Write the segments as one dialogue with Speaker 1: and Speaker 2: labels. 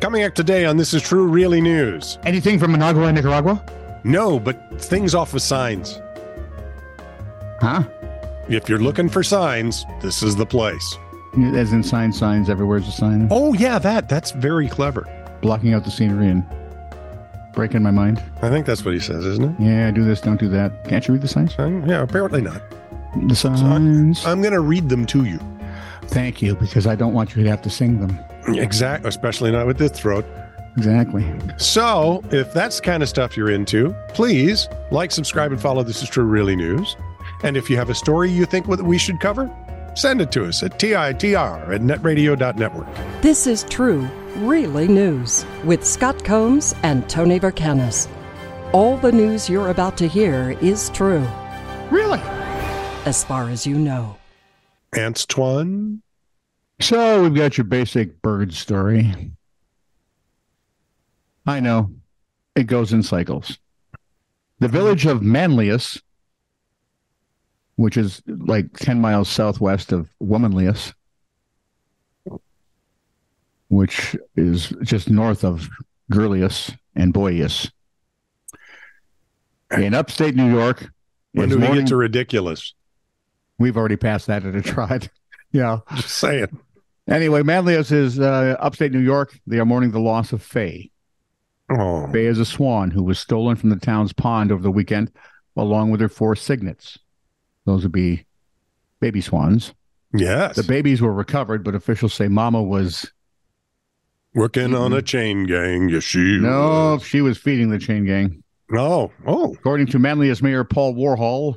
Speaker 1: Coming up today on This Is True Really News.
Speaker 2: Anything from Managua, Nicaragua?
Speaker 1: No, but things off of signs.
Speaker 2: Huh?
Speaker 1: If you're looking for signs, this is the place.
Speaker 2: As in sign signs, everywhere's a sign.
Speaker 1: Oh, yeah, that. That's very clever.
Speaker 2: Blocking out the scenery and breaking my mind.
Speaker 1: I think that's what he says, isn't it?
Speaker 2: Yeah, do this, don't do that. Can't you read the signs?
Speaker 1: Sign? Yeah, apparently not.
Speaker 2: The signs.
Speaker 1: I'm going to read them to you.
Speaker 2: Thank you, because I don't want you to have to sing them.
Speaker 1: Exactly, especially not with this throat.
Speaker 2: Exactly.
Speaker 1: So, if that's the kind of stuff you're into, please like, subscribe, and follow This Is True Really News. And if you have a story you think what we should cover, send it to us at TITR at netradio.network.
Speaker 3: This is True, Really News with Scott Combs and Tony Vercanis. All the news you're about to hear is true,
Speaker 2: Really?
Speaker 3: as far as you know.
Speaker 1: Antoine?
Speaker 2: So we've got your basic bird story. I know. It goes in cycles. The village of Manlius, which is like 10 miles southwest of Womanlius, which is just north of Girlius and Boyus. In upstate New York,
Speaker 1: When
Speaker 2: it's
Speaker 1: do we
Speaker 2: morning-
Speaker 1: get to ridiculous?
Speaker 2: we've already passed that at a trot. yeah.
Speaker 1: Just saying.
Speaker 2: Anyway, Manlius is uh, upstate New York. They are mourning the loss of Fay.
Speaker 1: Oh,
Speaker 2: Fay is a swan who was stolen from the town's pond over the weekend, along with her four cygnets. Those would be baby swans.
Speaker 1: yes.
Speaker 2: The babies were recovered, but officials say Mama was
Speaker 1: Working on a chain gang. Yes, she
Speaker 2: no,
Speaker 1: was.
Speaker 2: she was feeding the chain gang.
Speaker 1: No. Oh,
Speaker 2: According to Manlius Mayor Paul Warhol,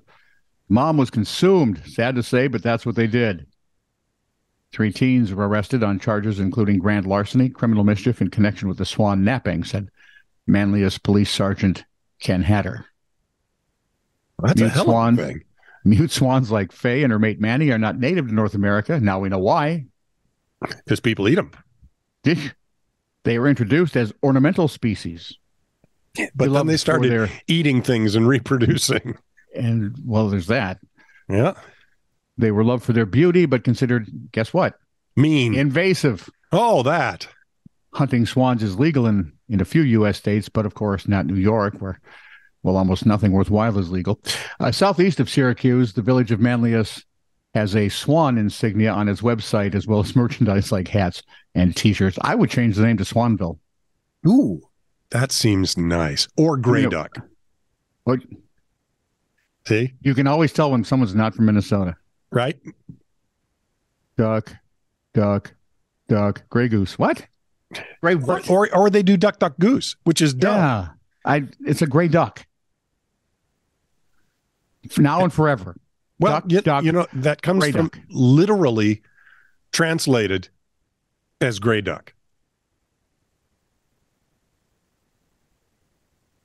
Speaker 2: mom was consumed. Sad to say, but that's what they did. Three teens were arrested on charges including grand larceny, criminal mischief in connection with the swan napping, said Manlius Police Sergeant Ken Hatter.
Speaker 1: that's a
Speaker 2: Mute
Speaker 1: hell
Speaker 2: swan.
Speaker 1: of a thing.
Speaker 2: Mute swans like Faye and her mate Manny are not native to North America. Now we know why.
Speaker 1: Because people eat them.
Speaker 2: They were introduced as ornamental species.
Speaker 1: But then
Speaker 2: Beloved
Speaker 1: they
Speaker 2: for
Speaker 1: started
Speaker 2: their-
Speaker 1: eating things and reproducing.
Speaker 2: and well, there's that.
Speaker 1: Yeah.
Speaker 2: They were loved for their beauty, but considered, guess what?
Speaker 1: Mean.
Speaker 2: Invasive.
Speaker 1: oh, that.
Speaker 2: hunting swans is legal in, in a few U.S. states, but of course not New York, where well almost nothing worthwhile is legal. Uh, southeast of Syracuse, the village of Manlius has a swan insignia on its website, as well as merchandise like hats and T-shirts. I would change the name to Swanville.
Speaker 1: Ooh. That seems nice. Or gray
Speaker 2: Yeah.
Speaker 1: duck.
Speaker 2: What-
Speaker 1: See?
Speaker 2: You can always tell when someone's not from Minnesota.
Speaker 1: Right?
Speaker 2: Duck, duck, duck. Gray goose. What? Gray
Speaker 1: Or,
Speaker 2: what?
Speaker 1: or or they do duck duck goose, which is dumb.
Speaker 2: Yeah, I. It's a gray duck. For now and forever.
Speaker 1: Well,
Speaker 2: Duck,
Speaker 1: you,
Speaker 2: duck,
Speaker 1: you know that comes
Speaker 2: gray
Speaker 1: from
Speaker 2: duck.
Speaker 1: literally translated as gray duck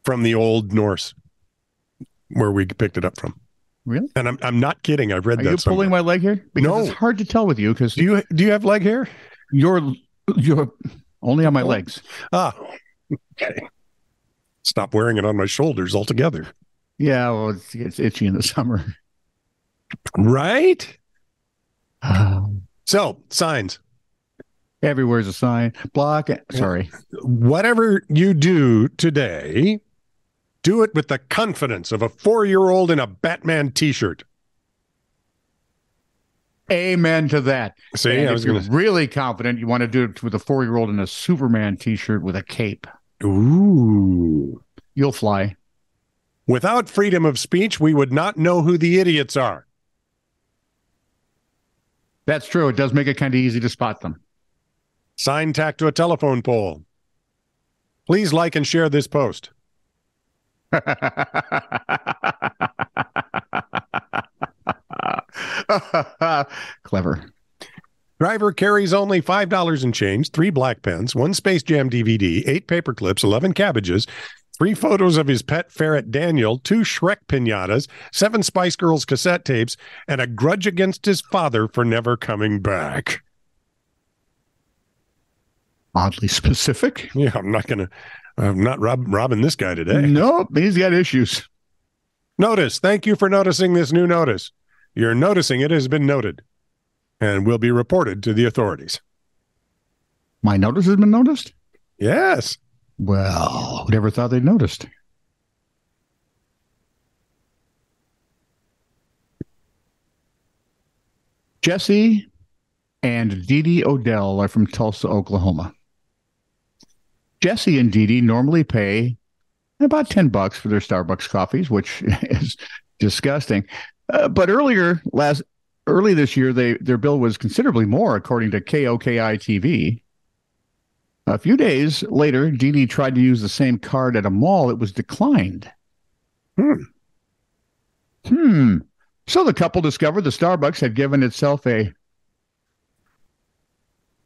Speaker 1: from the old Norse, where we picked it up from.
Speaker 2: Really?
Speaker 1: And I'm I'm not kidding. I've read
Speaker 2: Are
Speaker 1: that.
Speaker 2: you pulling
Speaker 1: somewhere.
Speaker 2: my leg here? Because
Speaker 1: No.
Speaker 2: it's hard to tell with you because
Speaker 1: Do you do you have leg hair?
Speaker 2: you're you're only on my legs.
Speaker 1: Ah, okay. Stop wearing it on my shoulders altogether.
Speaker 2: Yeah, well, it's, it's itchy in the summer.
Speaker 1: Right. So signs.
Speaker 2: Everywhere's a sign. Block. it. Sorry.
Speaker 1: whatever you do today, do it with the confidence of a four year old in a Batman t shirt.
Speaker 2: Amen to that.
Speaker 1: See,
Speaker 2: And
Speaker 1: I
Speaker 2: if
Speaker 1: was
Speaker 2: you're
Speaker 1: going to.
Speaker 2: really confident. You want to do it with a four-year-old in a Superman T-shirt with a cape.
Speaker 1: Ooh.
Speaker 2: You'll fly.
Speaker 1: Without freedom of speech, we would not know who the idiots are.
Speaker 2: That's true. It does make it kind of easy to spot them.
Speaker 1: Sign tacked to a telephone pole. Please like and share this post.
Speaker 2: Clever.
Speaker 1: Driver carries only $5 in change, three black pens, one Space Jam DVD, eight paper clips, 11 cabbages, three photos of his pet ferret Daniel, two Shrek pinatas, seven Spice Girls cassette tapes, and a grudge against his father for never coming back.
Speaker 2: Oddly specific.
Speaker 1: Yeah, I'm not going to, I'm not rob- robbing this guy today.
Speaker 2: Nope, he's got issues.
Speaker 1: Notice. Thank you for noticing this new notice. Your noticing it has been noted and will be reported to the authorities.
Speaker 2: My notice has been noticed.
Speaker 1: Yes.
Speaker 2: Well, who never thought they'd noticed? Jesse and Dee Dee Odell are from Tulsa, Oklahoma. Jesse and Dee Dee normally pay about 10 bucks for their Starbucks coffees, which is disgusting. Uh, but earlier last early this year, they their bill was considerably more, according to KOKI TV. A few days later, Dee Dee tried to use the same card at a mall. It was declined.
Speaker 1: Hmm.
Speaker 2: Hmm. So the couple discovered the Starbucks had given itself a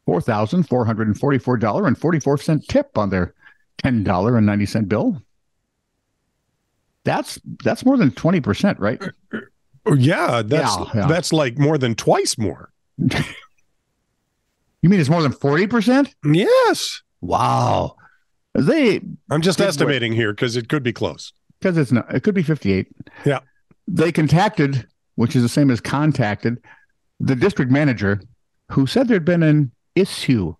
Speaker 2: $4,444.44 tip on their $10.90 bill. That's that's more than 20%, right?
Speaker 1: Oh, Yeah, that's
Speaker 2: Yeah, yeah.
Speaker 1: that's like more than twice more.
Speaker 2: You mean it's more than 40%?
Speaker 1: Yes.
Speaker 2: Wow. They
Speaker 1: I'm just
Speaker 2: Good boy.
Speaker 1: estimating here because it could be close.
Speaker 2: because it's not it could be 58
Speaker 1: Yeah.
Speaker 2: they contacted which is the same as contacted the district manager who said there'd been an issue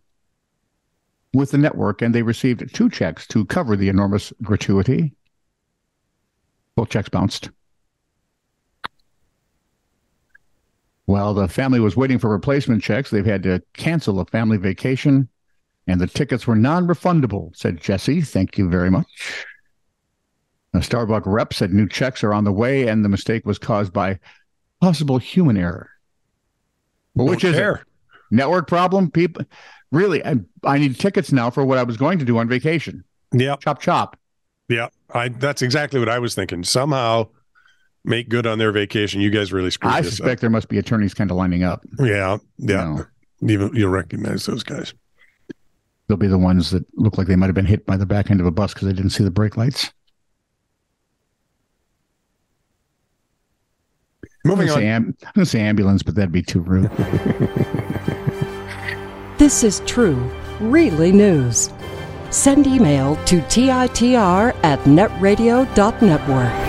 Speaker 2: with the network and they received two checks to cover the enormous gratuity both checks bounced While the family was waiting for replacement checks. They've had to cancel a family vacation, and the tickets were non refundable, said Jesse. Thank you very much. A Starbucks rep said new checks are on the way and the mistake was caused by possible human error. Well, which
Speaker 1: Don't
Speaker 2: is it?
Speaker 1: care.
Speaker 2: network problem? People really I, I need tickets now for what I was going to do on vacation.
Speaker 1: Yep.
Speaker 2: Chop chop.
Speaker 1: Yep. I that's exactly what I was thinking. Somehow make good on their vacation. You guys really screwed
Speaker 2: I
Speaker 1: this
Speaker 2: suspect there must be attorneys kind of lining up.
Speaker 1: up. Yeah.
Speaker 2: you
Speaker 1: uh, Yeah.
Speaker 2: know.
Speaker 1: Even you'll recognize those guys.
Speaker 2: They'll be the ones that look like they might have been hit by the back end of a bus because they didn't see the brake lights.
Speaker 1: Moving
Speaker 2: I'm gonna
Speaker 1: on.
Speaker 2: say am- I'm going to say ambulance, but that'd be too rude.
Speaker 3: This is true, really news. Send email to TITR at netradio.network.